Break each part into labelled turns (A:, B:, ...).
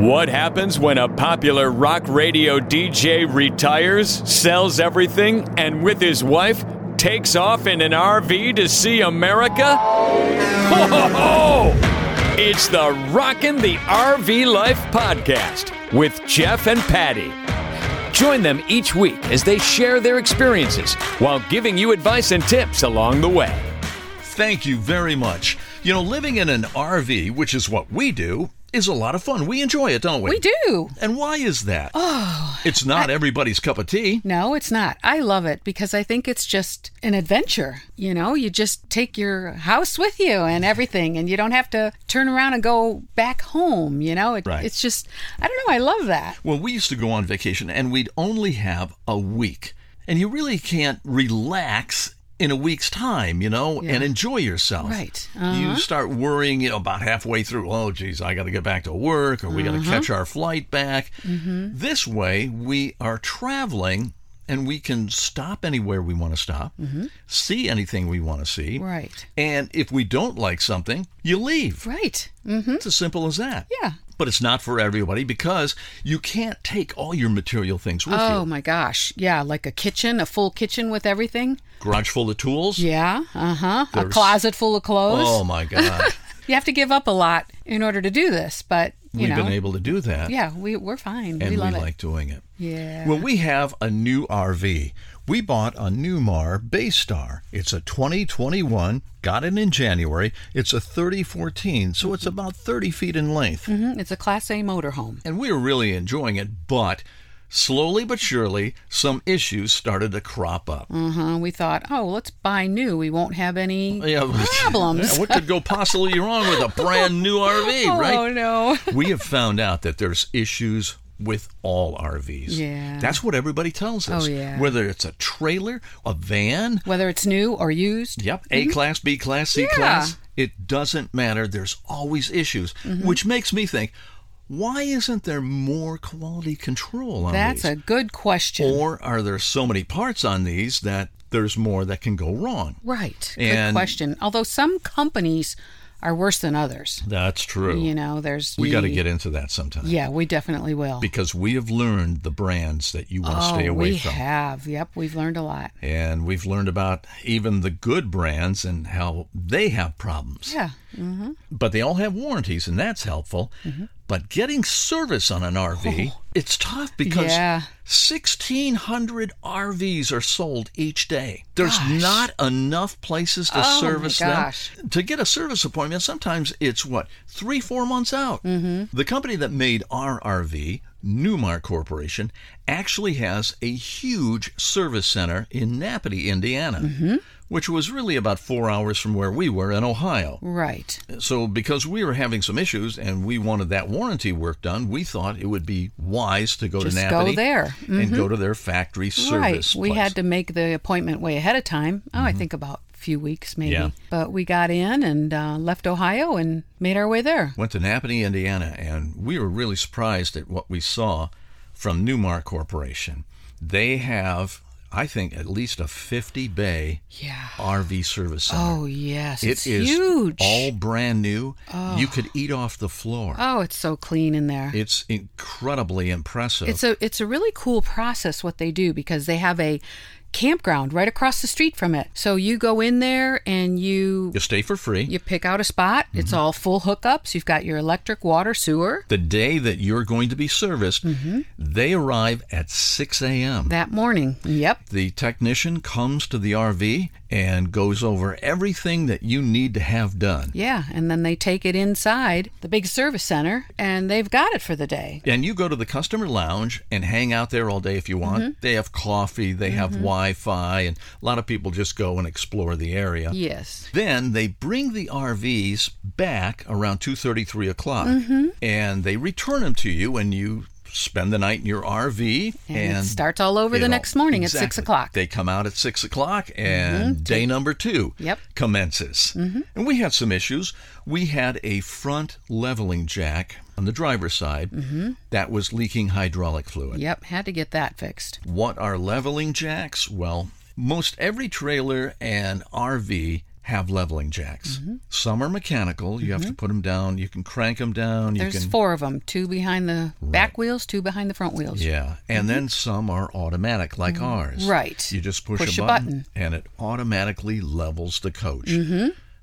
A: What happens when a popular rock radio DJ retires, sells everything, and with his wife takes off in an RV to see America? Ho ho ho! It's the Rockin' the RV Life podcast with Jeff and Patty. Join them each week as they share their experiences while giving you advice and tips along the way.
B: Thank you very much. You know, living in an RV, which is what we do, is a lot of fun. We enjoy it, don't we?
C: We do.
B: And why is that? Oh, it's not everybody's cup of tea.
C: No, it's not. I love it because I think it's just an adventure. You know, you just take your house with you and everything, and you don't have to turn around and go back home. You know, it,
B: Right.
C: it's just, I don't know, I love that.
B: Well, we used to go on vacation and we'd only have a week. And you really can't relax in a week's time, you know, and enjoy yourself.
C: Right. Um,
B: You start worrying you know, about halfway through, oh, geez, I got to get back to work or we got to
C: Uh-huh.
B: catch our flight back.
C: Mm-hmm.
B: This way, we are traveling and we can stop anywhere we want to stop, see anything we want to see.
C: Mm-hmm. Right.
B: And if we don't like something, you leave.
C: Right. Mm,
B: It's as simple as that.
C: Mm-hmm. Yeah.
B: But it's not for everybody because you can't take all your material things with
C: Oh
B: you.
C: my gosh. Yeah, like a kitchen, a full kitchen with everything.
B: Garage full of tools.
C: Yeah. Uh huh. A
B: There's-
C: closet full of clothes.
B: Oh my God.
C: You have to give up a lot in order to do this, but, you
B: We've
C: know.
B: been able to do that.
C: yeah, we, we're fine.
B: And
C: we
B: we,
C: love it.
B: like doing it.
C: yeah.
B: Well, we have a new RV. We bought a Newmar Baystar. It's a 2021, got it in January. It's a 3014, so it's about 30 feet in length.
C: Mhm. It's a Class A motorhome.
B: and we were really enjoying it, but slowly but surely, some issues started to crop up.
C: Uh-huh. We thought, oh, let's buy new. We won't have any
B: Mm-hmm. Yeah, but-
C: problems.
B: Yeah, what could go possibly wrong with a brand new RV, right?
C: Oh no.
B: We have found out that there's issues with all RVs.
C: Yeah.
B: That's what everybody tells us.
C: Oh, yeah.
B: Whether it's a trailer, a van,
C: Whether it's new or used.
B: yep, A class, B class, C
C: Mm-hmm. Yeah.
B: class, it doesn't matter. There's always issues,
C: Mm-hmm.
B: which makes me think, why isn't there more quality control on
C: That's
B: these?
C: a good question.
B: Or are there so many parts on these that there's more that can go wrong?
C: right.
B: And-
C: good question. Although some companies are worse than others.
B: That's true.
C: You know, there's
B: we
C: the-
B: got to get into that sometime.
C: Yeah, we definitely will.
B: Because we have learned the brands that you want to
C: oh,
B: stay away
C: we
B: from.
C: have. Yep, we've learned a lot.
B: And we've learned about even the good brands and how they have problems.
C: Yeah.
B: But they all have warranties, and that's helpful.
C: Mm-hmm.
B: But getting service on an RV, it's tough because
C: Yeah.
B: 1,600 RVs are sold each day. There's not enough places to
C: Oh, my
B: service
C: gosh.
B: them. To get a service appointment, sometimes it's what, three, four months out. Mm-hmm. The company that made our RV, Newmar Corporation, actually has a huge service center in Napatee, Indiana.
C: Mm-hmm.
B: Which was really about four hours from where we were in Ohio.
C: Right.
B: So, because we were having some issues and we wanted that warranty work done, we thought it would be wise to go
C: Just
B: to
C: go
B: Napatee
C: there. Mm-hmm.
B: and go to their factory service.
C: Right. We
B: place. Mm-hmm.
C: had to make the appointment way ahead of time. Oh, I think about a few weeks maybe.
B: Yeah.
C: But we got in and uh, left Ohio and made our way there.
B: went to Napatee, Indiana, and we were really surprised at what we saw from Newmark Corporation. They have, I think, at least a 50 bay
C: Yeah.
B: RV service center.
C: Oh yes,
B: It
C: it's
B: is
C: huge.
B: all brand new. You could eat off the floor.
C: oh, it's so clean in there.
B: It's incredibly impressive.
C: It's a it's a really cool process what they do because they have a campground right across the street from it. So you go in there and you
B: you stay for free.
C: you pick out a spot. It's
B: Mm-hmm.
C: all full hookups. You've got your electric, water, sewer.
B: the day that you're going to be serviced, they arrive at 6 a.m.
C: Mm-hmm. That morning. Yep.
B: the technician comes to the RV and goes over everything that you need to have done.
C: Yeah, and then they take it inside the big service center and they've got it for the day.
B: And you go to the customer lounge and hang out there all day if you want.
C: Mm-hmm.
B: They have coffee, they have Wi Fi, and a lot of people just go and explore the area.
C: Yes.
B: Then they bring the RVs back around 2:33 o'clock,
C: Mm-hmm.
B: and they return them to you, and you spend the night in your RV.
C: And it starts all over the
B: it
C: next morning at 6
B: exactly.
C: o'clock. Mm-hmm.
B: They come out at six o'clock, and day number two
C: Yep. Mm-hmm.
B: commences. And we had some issues. We had a front leveling jack on the driver's side that was leaking hydraulic fluid.
C: Mm-hmm. Yep, had to get that fixed.
B: What are leveling jacks? Well, most every trailer and RV have leveling jacks.
C: Mm-hmm.
B: Some are mechanical. You have to put them down. You can crank them down.
C: There's
B: you can
C: four of them two behind the back wheels, two behind the front wheels.
B: Yeah, and then some are automatic, like ours.
C: Mm-hmm. Right.
B: You just push,
C: Push
B: a,
C: a
B: button,
C: button. Mm-hmm.
B: and it automatically levels the coach.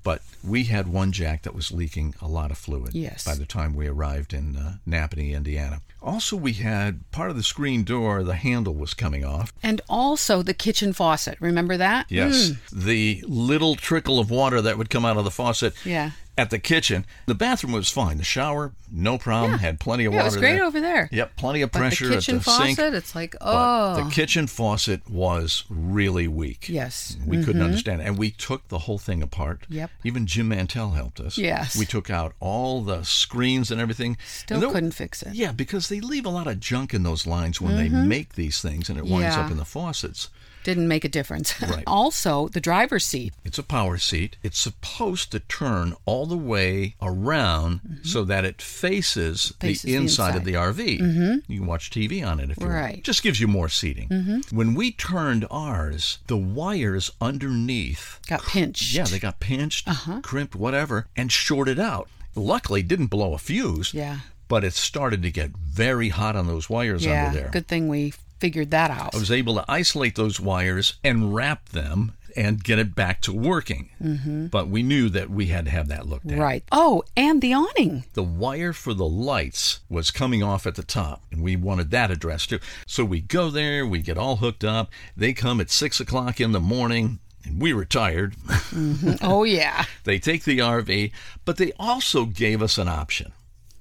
B: But we had one jack that was leaking a lot of fluid.
C: Yes.
B: By the time we arrived in uh, Napanee, Indiana. Also, we had part of the screen door. The handle was coming off.
C: And also the kitchen faucet. Remember that? Mm.
B: Yes. The little trickle of water that would come out of the faucet.
C: Yeah.
B: At the kitchen, the bathroom was fine. The shower, no problem. Had plenty of
C: Yeah, it
B: water.
C: was great
B: there.
C: over there.
B: Yep, plenty of
C: But
B: pressure
C: the kitchen
B: at the
C: faucet,
B: sink.
C: it's like,
B: But
C: oh.
B: the kitchen faucet was really weak.
C: Yes.
B: We couldn't understand it. And we took the whole thing apart.
C: Mm-hmm. Yep.
B: Even Jim Mantell helped us.
C: Yes.
B: We took out all the screens and everything.
C: Still
B: And there-
C: couldn't fix it.
B: Yeah, because they leave a lot of junk in those lines when they make these things and it winds
C: Mm-hmm. Yeah.
B: up in the faucets.
C: Didn't make a difference.
B: Right.
C: also, the driver's seat.
B: It's a power seat. It's supposed to turn all the way around so that it faces,
C: Mm-hmm. Faces
B: the,
C: the
B: inside of
C: inside. Mm-hmm.
B: the RV. You can watch TV on it if you want.
C: Right. Mm-hmm.
B: Just gives you more seating. When we turned ours, the wires underneath,
C: Got pinched.
B: yeah, they got pinched,
C: Uh-huh.
B: crimped, whatever, and shorted out. Luckily, didn't blow a fuse.
C: Yeah.
B: But it started to get very hot on those wires
C: yeah.
B: under there.
C: Good thing we figured that out.
B: I was able to isolate those wires and wrap them and get it back to working. But we knew that we had to have that looked at.
C: Mm-hmm. right. Oh, and the awning.
B: The wire for the lights was coming off at the top, and we wanted that addressed too. So we go there, we get all hooked up. They come at six o'clock in the morning, and we were tired.
C: oh, yeah.
B: They take the RV, but they also gave us an option.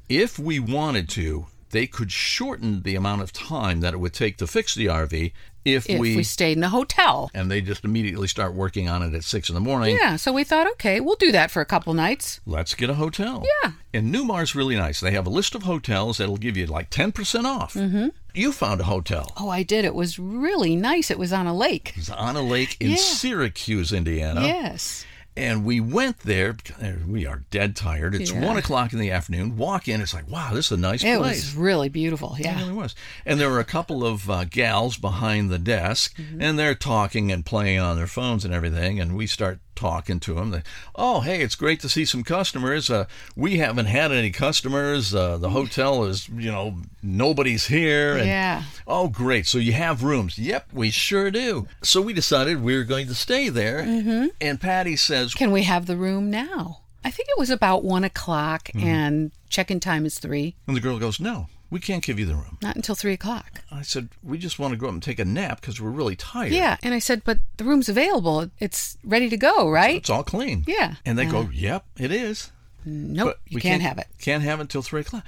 B: If we wanted to, they could shorten the amount of time that it would take to fix the RV if,
C: If we stayed in a hotel.
B: and they just immediately start working on it at six in the morning.
C: Yeah. So we thought, okay, we'll do that for a couple nights.
B: Let's get a hotel.
C: Yeah.
B: And Newmar's really nice. They have a list of hotels that'll give you like 10% off. Mm-hmm. You found a hotel.
C: Oh, I did. It was really nice. It was on a lake.
B: It's on a lake in
C: Yeah.
B: Syracuse, Indiana.
C: Yes.
B: And we went there. We are dead tired. It's
C: Yeah.
B: one o'clock in the afternoon. Walk in. It's like, wow, this is a nice
C: It
B: place.
C: was really beautiful.
B: It
C: Yeah.
B: really was. And there were a couple of uh, gals behind the desk,
C: Mm-hmm.
B: and they're talking and playing on their phones and everything. And we start talking to them. They, oh, hey, it's great to see some customers. Uh, we haven't had any customers. Uh,
C: Mm-hmm.
B: the hotel is, you know, nobody's here. And,
C: Yeah.
B: Oh, great. So you have rooms. Yep, we sure do. So we decided we were going to stay there. Mm-hmm. And Patty says,
C: Can we have the room now? I think it was about one o'clock
B: Mm-hmm.
C: and check in time is three.
B: and the girl goes, no, we can't give you the room.
C: Not until three o'clock.
B: I said, we just want to go up and take a nap because we're really tired.
C: Yeah. And I said, but the room's available. It's ready to go, right?
B: It's all clean.
C: Yeah.
B: And they go, yep, it is.
C: Nope.
B: But
C: You can't have it.
B: Can't have it until 3 o'clock.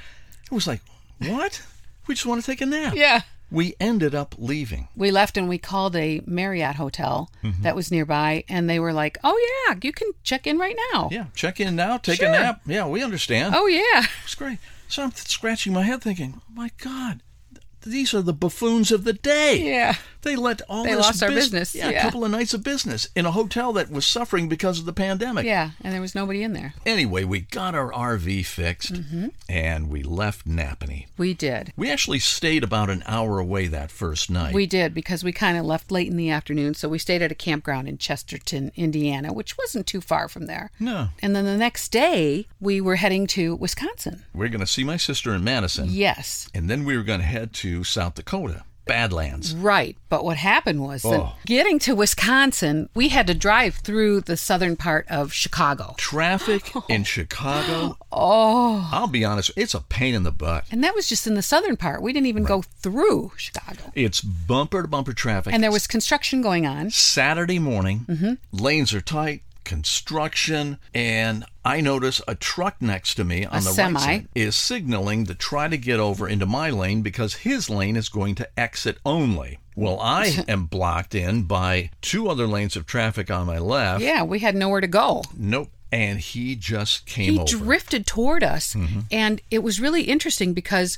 B: It was like, what? we just want to take a nap.
C: Yeah.
B: We ended up leaving.
C: We left and we called a Marriott hotel
B: Mm-hmm.
C: that was nearby, and they were like, "Oh yeah, you can check in right now."
B: Yeah. Check in now, take a
C: Sure.
B: nap. Yeah, we understand.
C: Oh yeah.
B: It's great. So I'm scratching my head thinking, oh my God, th- these are the buffoons of the day.
C: Yeah.
B: They let all
C: They
B: this
C: lost our
B: bus-
C: business,
B: Yeah, a
C: yeah.
B: couple of nights of business in a hotel that was suffering because of the pandemic.
C: Yeah. And there was nobody in there.
B: Anyway, we got our RV fixed
C: Mm-hmm.
B: and we left Napanee.
C: We did.
B: We actually stayed about an hour away that first night.
C: We did because we kind of left late in the afternoon, so we stayed at a campground in Chesterton, Indiana, which wasn't too far from there.
B: no.
C: And then the next day, we were heading to Wisconsin.
B: We're going to see my sister in Madison,
C: Yes.
B: and then we were going to head to South Dakota, Badlands.
C: Right. But what happened was
B: Oh.
C: that getting to Wisconsin, we had to drive through the southern part of Chicago.
B: Traffic in Chicago. Oh. I'll be honest, it's a pain in the butt.
C: And that was just in the southern part. We didn't even go through Chicago.
B: It's bumper to bumper traffic.
C: And there was construction going on.
B: Saturday morning,
C: Mm-hmm.
B: lanes are tight, construction, and I notice a truck next to me on the
C: semi.
B: right side is signaling to try to get over into my lane because his lane is going to exit only. Well, I am blocked in by two other lanes of traffic on my left.
C: Yeah, we had nowhere to go.
B: Nope. And he just came
C: He
B: over. Mm-hmm.
C: drifted toward us. And it was really interesting because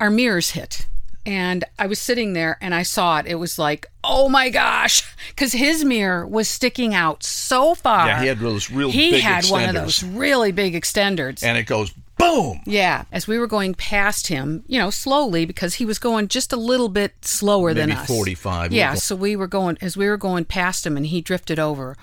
C: our mirrors hit. And I was sitting there and I saw it. It was like, oh my gosh. Because his mirror was sticking out so far.
B: Yeah, he had those real
C: He
B: big
C: had one of
B: extenders.
C: those really big extenders.
B: and it goes boom.
C: yeah, as we were going past him, you know, slowly because he was going just a little bit slower than
B: Maybe
C: us.
B: 45.
C: Yeah, so we were going as we were going past him and he drifted over.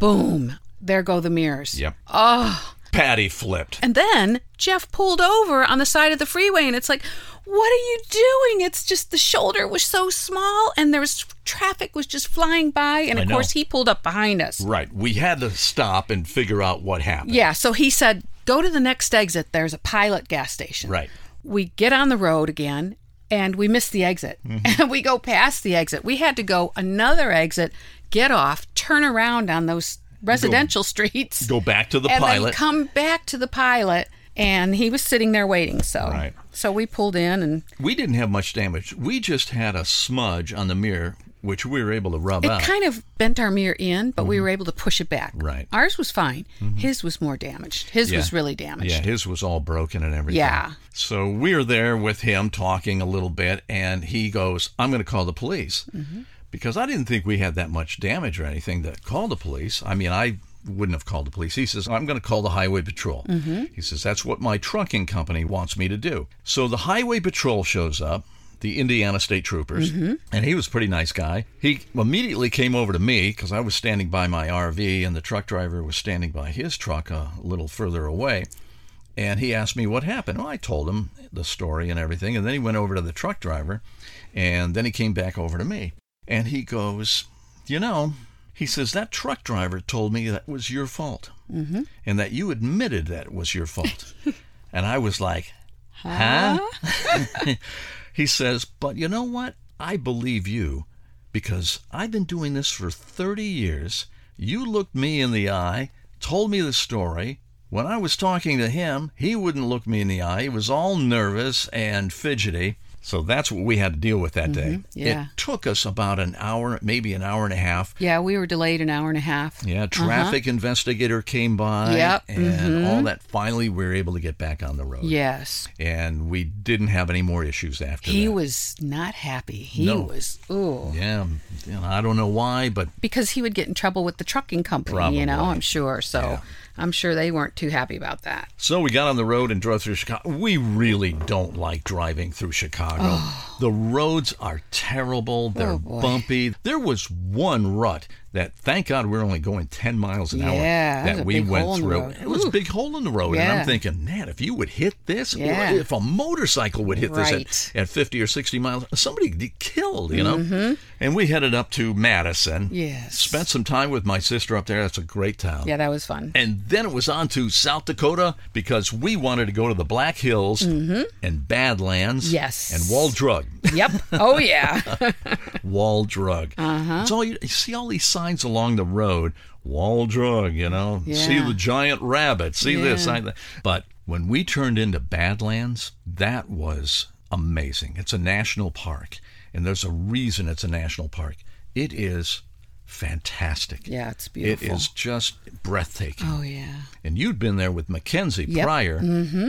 C: Boom. there go the mirrors.
B: Yep. Oh. Patty flipped.
C: And then Jeff pulled over on the side of the freeway, and it's like, what are you doing? It's just the shoulder was so small, and there was traffic was just flying by, and
B: I
C: of
B: know.
C: course he pulled up behind us.
B: Right. We had to stop and figure out what happened.
C: Yeah, so he said, go to the next exit. There's a pilot gas station.
B: Right.
C: We get on the road again and we miss the exit.
B: Mm-hmm.
C: And we go past the exit. We had to go another exit, get off, turn around on those residential streets,
B: Go back to the
C: and then
B: pilot.
C: come back to the pilot. And he was sitting there waiting. So,
B: Right.
C: so we pulled in and
B: we didn't have much damage. We just had a smudge on the mirror, which we were able to rub
C: it
B: out.
C: kind of bent our mirror in, but we were able to push it back.
B: Mm-hmm. Right. Mm-hmm.
C: Ours was fine. His was more damaged. His
B: Yeah.
C: was really damaged.
B: Yeah, his was all broken and everything.
C: Yeah.
B: So we're there with him talking a little bit, and he goes, I'm going to call the police
C: Mm-hmm.
B: because I didn't think we had that much damage or anything to call the police. I mean, I wouldn't have called the police. He says, I'm going to call the highway patrol.
C: Mm-hmm.
B: He says, That's what my trucking company wants me to do. So the highway patrol shows up. The Indiana State Troopers,
C: Mm-hmm.
B: and he was a pretty nice guy. He immediately came over to me because I was standing by my RV, and the truck driver was standing by his truck a little further away. And he asked me what happened. Well, I told him the story and everything. And then he went over to the truck driver. And then he came back over to me. And he goes, You know, he says, that truck driver told me that was your fault and that you admitted that it was your fault. and I was like, Huh?
C: Uh-huh.
B: he says, But you know what? I believe you because I've been doing this for 30 years. You looked me in the eye, told me the story. When I was talking to him, he wouldn't look me in the eye. He was all nervous and fidgety. So that's what we had to deal with that day.
C: Mm-hmm. yeah.
B: It took us about an hour, maybe an hour and a half.
C: Yeah, we were delayed an hour and a half.
B: Yeah, traffic investigator came by
C: Uh-huh. Yep, Mm-hmm.
B: and all that. Finally, we were able to get back on the road.
C: Yes.
B: And we didn't have any more issues after
C: He
B: that.
C: was not happy. He
B: No.
C: was ooh
B: yeah, you know, I don't know why, but
C: because he would get in trouble with the trucking company. You know,
B: Probably.
C: I'm sure. So I'm sure they weren't too happy about that.
B: So we got on the road and drove through Chicago. We really don't like driving through Chicago. The roads are terrible. They're
C: Oh. boy.
B: bumpy. There was one rut that, thank God, we are only going 10 miles an hour
C: Yeah, that was
B: that
C: a
B: we
C: big hole
B: went
C: in the
B: through.
C: road.
B: It was a big hole in the road. And
C: Yeah.
B: I'm thinking, man, if you would hit this, or
C: Yeah.
B: if a motorcycle would hit this
C: Right.
B: at, at 50 or 60 miles, somebody would get killed, you know? And we headed up to Madison.
C: Mm-hmm. Yes.
B: Spent some time with my sister up there. That's a great town.
C: Yeah, that was fun.
B: And then it was on to South Dakota because we wanted to go to the Black Hills and Badlands.
C: Mm-hmm. Yes.
B: And Wall Drug.
C: yep. Oh yeah.
B: Wall Drug. Uh-huh. It's all you, you see all these signs along the road. Wall Drug, you know. See
C: Yeah.
B: the giant rabbit. See this.
C: Yeah.
B: sign that. But when we turned into Badlands, that was amazing. It's a national park. And there's a reason it's a national park. It is fantastic.
C: yeah, it's
B: It
C: beautiful.
B: is just breathtaking
C: Oh yeah.
B: and you'd been there with Mackenzie
C: Yep. Mm-hmm.
B: prior.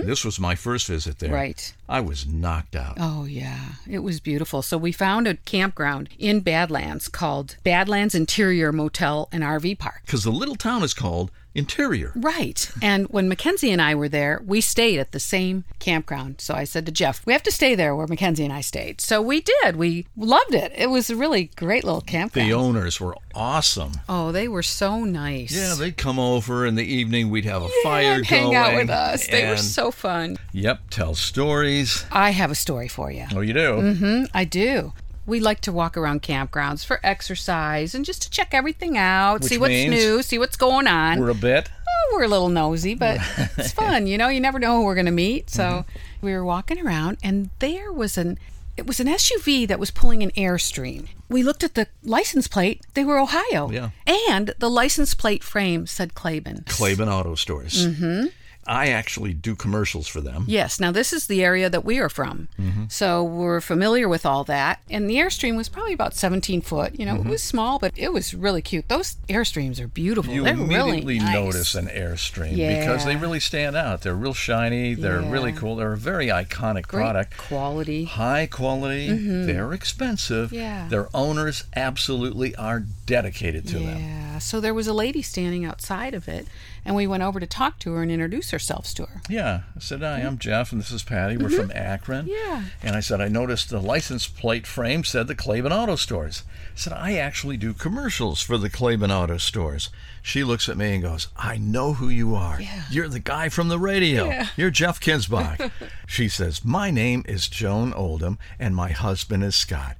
B: This was my first visit there.
C: Right.
B: I was knocked out.
C: Oh yeah. It was beautiful. So we found a campground in Badlands called Badlands Interior Motel and RV Park.
B: Because the little town is called Interior.
C: Right. And when Mackenzie and I were there, we stayed at the same campground. So I said to Jeff, we have to stay there where Mackenzie and I stayed. So we did. We loved it. It was a really great little campground.
B: The owners were awesome.
C: oh, they were so nice.
B: Yeah, they'd come over in the evening. We'd have a fire
C: And hang
B: going.
C: out with us. They were
B: and-
C: so fun.
B: Yep, tell stories.
C: I have a story for you.
B: Oh, you do?
C: I do. We like to walk around campgrounds for exercise and just to check everything out, see what's
B: means
C: new, see what's going on.
B: We're a bit.
C: oh, we're a little nosy, but it's fun. You know, you never know who we're going to meet. So
B: Mm-hmm.
C: we were walking around, and there was an it was an SUV that was pulling an Airstream. We looked at the license plate; they were Ohio,
B: Yeah.
C: and the license plate frame said Claiborne.
B: Claiborne Auto Stores. Mm-hmm. I actually do commercials for them.
C: Yes. Now this is the area that we are from,
B: Mm-hmm.
C: so we're familiar with all that. And the Airstream was probably about 17 foot. You know,
B: Mm-hmm.
C: it was small, but it was really cute. Those Airstreams are beautiful.
B: You
C: They're
B: immediately
C: really nice.
B: notice an Airstream because
C: Yeah.
B: they really stand out. They're real shiny. They're
C: Yeah.
B: really cool. They're a very iconic
C: Great
B: product.
C: quality.
B: high quality. They're expensive.
C: Mm-hmm. Yeah.
B: Their owners absolutely are dedicated to them.
C: Yeah. So there was a lady standing outside of it, and we went over to talk to her and introduce ourselves to her.
B: Yeah. I said, Hi, I'm Jeff, and this is Patty. We're from Akron.
C: Mm-hmm. Yeah.
B: And I said, I noticed the license plate frame said the Claiborne Auto Stores. I said, I actually do commercials for the Claiborne Auto Stores. She looks at me and goes, I know who you are. You're the guy from the radio. You're Jeff Kinsbach. she says, My name is Joan Oldham, and my husband is Scott.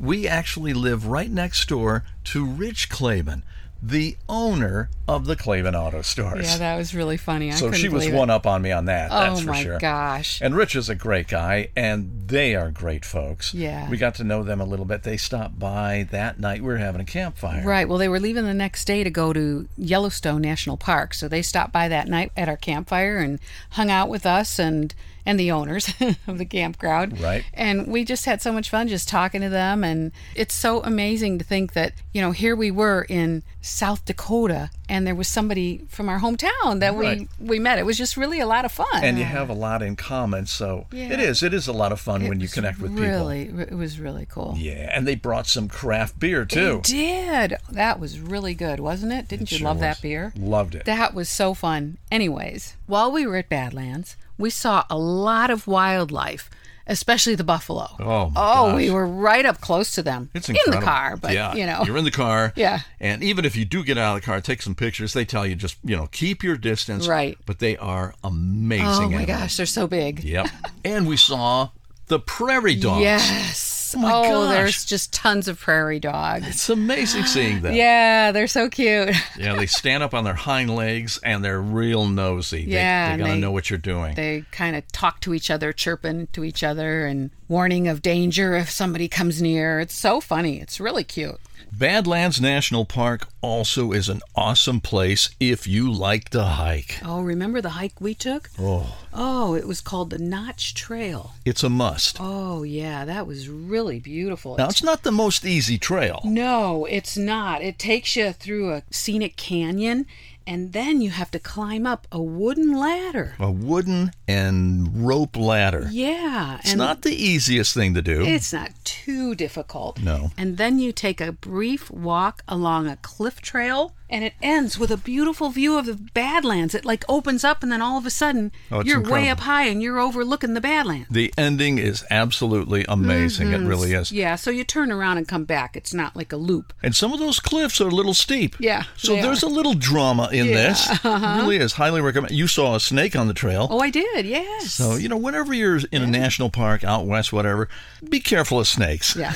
B: We actually live right next door to Rich Claiborne, the owner of the Claiborne Auto Stores.
C: Yeah, that was really funny. I
B: So
C: couldn't
B: she was
C: believe it.
B: one up on me on that. that's
C: oh
B: for
C: my
B: sure.
C: gosh.
B: And Rich is a great guy, and they are great folks.
C: Yeah.
B: We got to know them a little bit. They stopped by that night. We were having a campfire.
C: Right. Well, they were leaving the next day to go to Yellowstone National Park, so they stopped by that night at our campfire and hung out with us and and the owners of the campground.
B: Right.
C: And we just had so much fun just talking to them and it's so amazing to think that, you know, here we were in South Dakota and there was somebody from our hometown that
B: Right.
C: we we met. It was just really a lot of fun.
B: And you have a lot in common, so it is. It is a lot of fun when you connect with people.
C: really it was really cool.
B: Yeah, and they brought some craft beer too.
C: Did. That was really good, wasn't it? Didn't you
B: Sure
C: love
B: was.
C: that beer?
B: Loved it.
C: That was so fun. Anyways, while we were at Badlands, we saw a lot of wildlife, especially the buffalo.
B: Oh, my
C: we
B: gosh.
C: were right up close to them.
B: It's
C: in
B: incredible.
C: the car, but
B: yeah,
C: you know,
B: you're in the car.
C: Yeah.
B: and even if you do get out of the car, take some pictures. They tell you just you know keep your distance.
C: Right.
B: But they are amazing.
C: oh my
B: animals.
C: gosh, they're so big.
B: Yep. and we saw the prairie dogs.
C: Yes.
B: Oh my gosh.
C: there's just tons of prairie dogs.
B: It's amazing seeing them.
C: Yeah, they're so cute.
B: Yeah, they stand up on their hind legs and they're real nosy. They-
C: Yeah,
B: they,
C: and
B: gotta
C: they-
B: know what you're doing.
C: They kind of talk to each other, chirping to each other, and warning of danger if somebody comes near. It's so funny. It's really cute.
B: Badlands National Park also is an awesome place if you like to hike.
C: Oh, remember the hike we took?
B: Oh,
C: Oh, it was called the Notch Trail.
B: it's a must.
C: Oh, yeah, that was really beautiful.
B: Now, it's not the most easy trail.
C: no, it's not. It takes you through a scenic canyon, and then you have to climb up a wooden ladder.
B: A wooden and rope ladder.
C: Yeah,
B: It's
C: and
B: not the easiest thing to do.
C: it's not too difficult.
B: No.
C: And then you take a brief walk along a cliff trail, and it ends with a beautiful view of the Badlands. It like opens up, and then all of a sudden,
B: Oh, it's
C: you're way
B: incredible.
C: up high and you're overlooking the Badlands.
B: the ending is absolutely amazing. It really is.
C: Yeah, so you turn around and come back. It's not like a loop.
B: And some of those cliffs are a little steep.
C: Yeah,
B: So
C: they
B: there's
C: are.
B: a little drama in
C: Yeah, uh-huh.
B: this. Really is. Highly recommend. You saw a snake on the trail.
C: Oh, I did. Yes.
B: So, you know, whenever you're in a national park, out west, whatever, be careful of snakes.
C: yeah.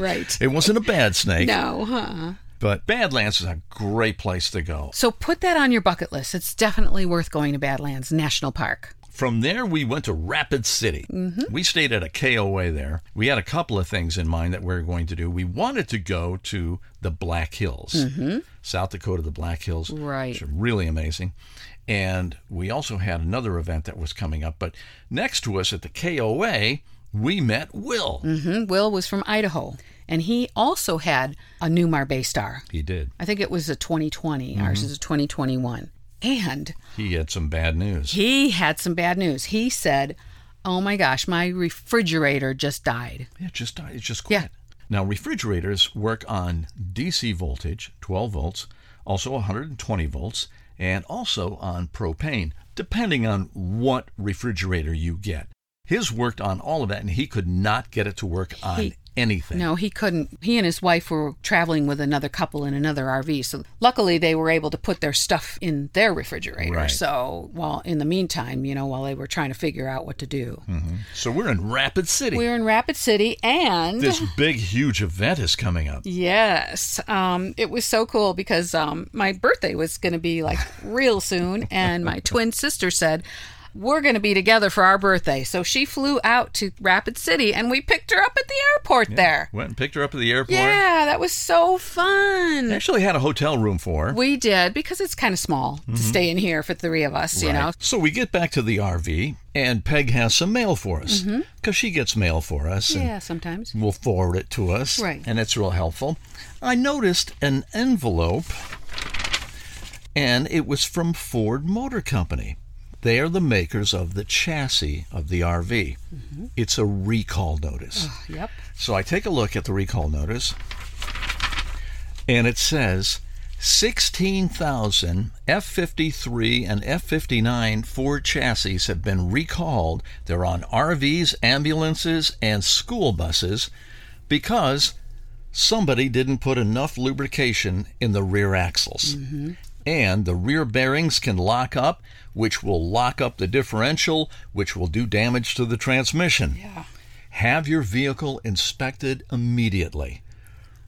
C: right.
B: It wasn't a bad snake,
C: No, huh?
B: but Badlands is a great place to go.
C: So put that on your bucket list. It's definitely worth going to Badlands National Park.
B: From there, we went to Rapid City.
C: Mm-hmm.
B: We stayed at a KOA there. We had a couple of things in mind that we were going to do. We wanted to go to the Black Hills, South Dakota, the Black Hills,
C: Mm-hmm. Right.
B: which are really amazing. And we also had another event that was coming up. But next to us at the KOA, we met Will.
C: hmm Will was from Idaho, and he also had a Newmar Bay Star.
B: He did.
C: I think it was a 2020. Ours is a 2021. And
B: He had some bad news.
C: he had some bad news. He said, Oh my gosh, my refrigerator just died.
B: Yeah, it just died. It just quit.
C: Yeah.
B: Now refrigerators work on DC voltage, 12 volts, also 120 volts, and also on propane, depending on what refrigerator you get. His worked on all of that, and he could not get it to work on
C: He-
B: anything.
C: No, he couldn't. He and his wife were traveling with another couple in another RV. So luckily they were able to put their stuff in their refrigerator.
B: Right.
C: So while in the meantime, you know, while they were trying to figure out what to do.
B: Hmm. So we're in Rapid City.
C: We're in Rapid City and
B: this big, huge event is coming up.
C: Yes. Um, it was so cool because um, my birthday was going to be like real soon. And my twin sister said, We're going to be together for our birthday. So she flew out to Rapid City and we picked her up at the airport there.
B: Went and picked her up at the airport.
C: Yeah, that was so fun.
B: Actually, had a hotel room for her.
C: We did because it's kind of small to stay in here for three of us, you
B: Mm-hmm. Right.
C: know.
B: So we get back to the RV, and Peg has some mail for us because she gets mail for us. and
C: Mm-hmm. Yeah, sometimes.
B: will forward it to us.
C: Right.
B: And it's real helpful. I noticed an envelope, and it was from Ford Motor Company. They are the makers of the chassis of the RV.
C: Mm-hmm.
B: It's a recall notice.
C: Yep.
B: So I take a look at the recall notice, and it says 16,000 F 53 and F 59 Ford chassis have been recalled. They're on RVs, ambulances, and school buses because somebody didn't put enough lubrication in the rear axles. And the rear bearings can lock up, which will lock up the differential, which will do damage to the transmission.
C: Yeah.
B: Have your vehicle inspected immediately.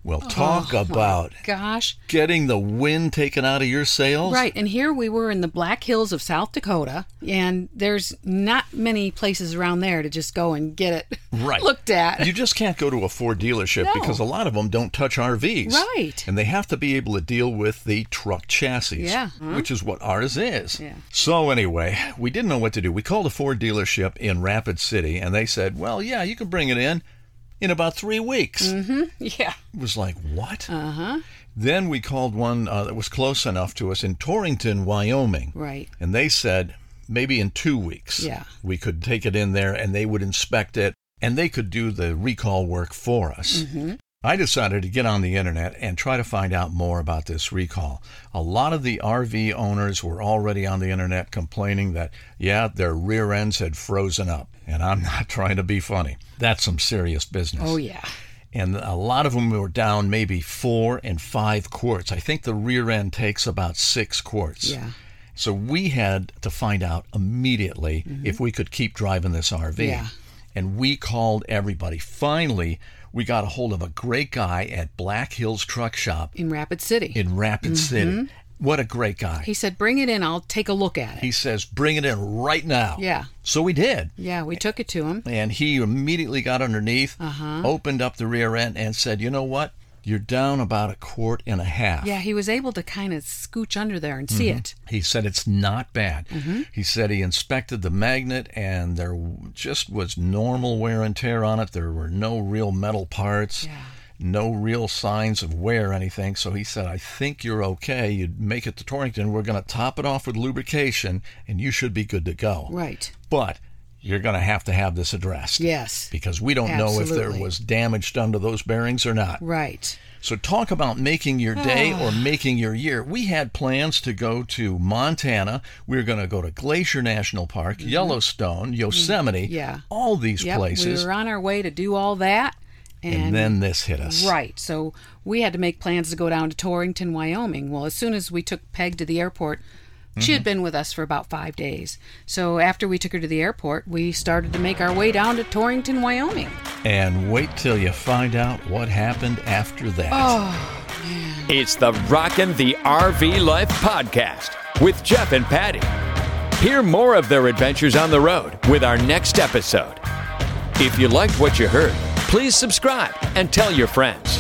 C: Oh,
B: Well, talk about
C: Gosh.
B: getting the wind taken out of your sails.
C: Right. And here we were in the Black Hills of South Dakota, and there's not many places around there to just go and get it
B: Right.
C: looked at.
B: You just can't go to a Ford dealership
C: No.
B: because a lot of them don't touch RVs.
C: Right.
B: And they have to be able to deal with the truck chassis,
C: Yeah. Hmm?
B: which is what ours is.
C: Yeah.
B: So, anyway, we didn't know what to do. We called a Ford dealership in Rapid City and they said, well, yeah, you can bring it in in about three weeks.
C: Mm-hmm. yeah. Uh-huh.
B: It was like, what? Uh huh. Then we called one uh, that was close enough to us in Torrington, Wyoming.
C: Right.
B: And they said maybe in two weeks
C: Yeah.
B: we could take it in there and they would inspect it and they could do the recall work for us.
C: Mm-hmm.
B: I decided to get on the internet and try to find out more about this recall. A lot of the RV owners were already on the internet complaining that, yeah, their rear ends had frozen up. And I'm not trying to be funny. That's some serious business
C: Oh, yeah.
B: and a lot of them were down maybe four and five quarts. I think the rear end takes about six quarts.
C: Yeah.
B: So we had to find out immediately if we could keep driving this RV.
C: Mm-hmm. Yeah.
B: And we called everybody. Finally, we got a hold of a great guy at Black Hills Truck Shop
C: In Rapid City.
B: in Rapid
C: Mm-hmm.
B: City. What a great guy.
C: he said, bring it in. I'll take a look at it.
B: He says, bring it in right now.
C: Yeah.
B: So we did.
C: Yeah. We took it to him.
B: And he immediately got underneath,
C: Uh-huh.
B: opened up the rear end, and said, You know what? You're down about a quart and a half.
C: Yeah. He was able to kind of scooch under there and
B: Mm-hmm.
C: see it.
B: He said, It's not bad.
C: Mm-hmm.
B: He said he inspected the magnet, and there w- just was normal wear and tear on it. There were no real metal parts.
C: Yeah.
B: No real signs of wear or anything. So he said, I think you're okay. You'd make it to Torrington. We're going to top it off with lubrication and you should be good to go.
C: Right.
B: But you're going to have to have this addressed.
C: Yes.
B: because we don't know if there
C: Absolutely.
B: was damage done to those bearings or not.
C: Right.
B: So talk about making your day or making your year. We had plans to go to Montana. We were going to go to Glacier National Park, Yellowstone, Yosemite,
C: Mm-hmm. Mm, Yeah.
B: all these
C: Yep.
B: places.
C: We were on our way to do all that. And,
B: and then this hit us.
C: Right. So we had to make plans to go down to Torrington, Wyoming. Well, as soon as we took Peg to the airport, she
B: Mm-hmm.
C: had been with us for about five days. So after we took her to the airport, we started to make our way down to Torrington, Wyoming.
B: And wait till you find out what happened after that.
C: Oh,
A: It's the Rockin' the RV Life podcast with Jeff and Patty. Hear more of their adventures on the road with our next episode. If you liked what you heard, please subscribe and tell your friends.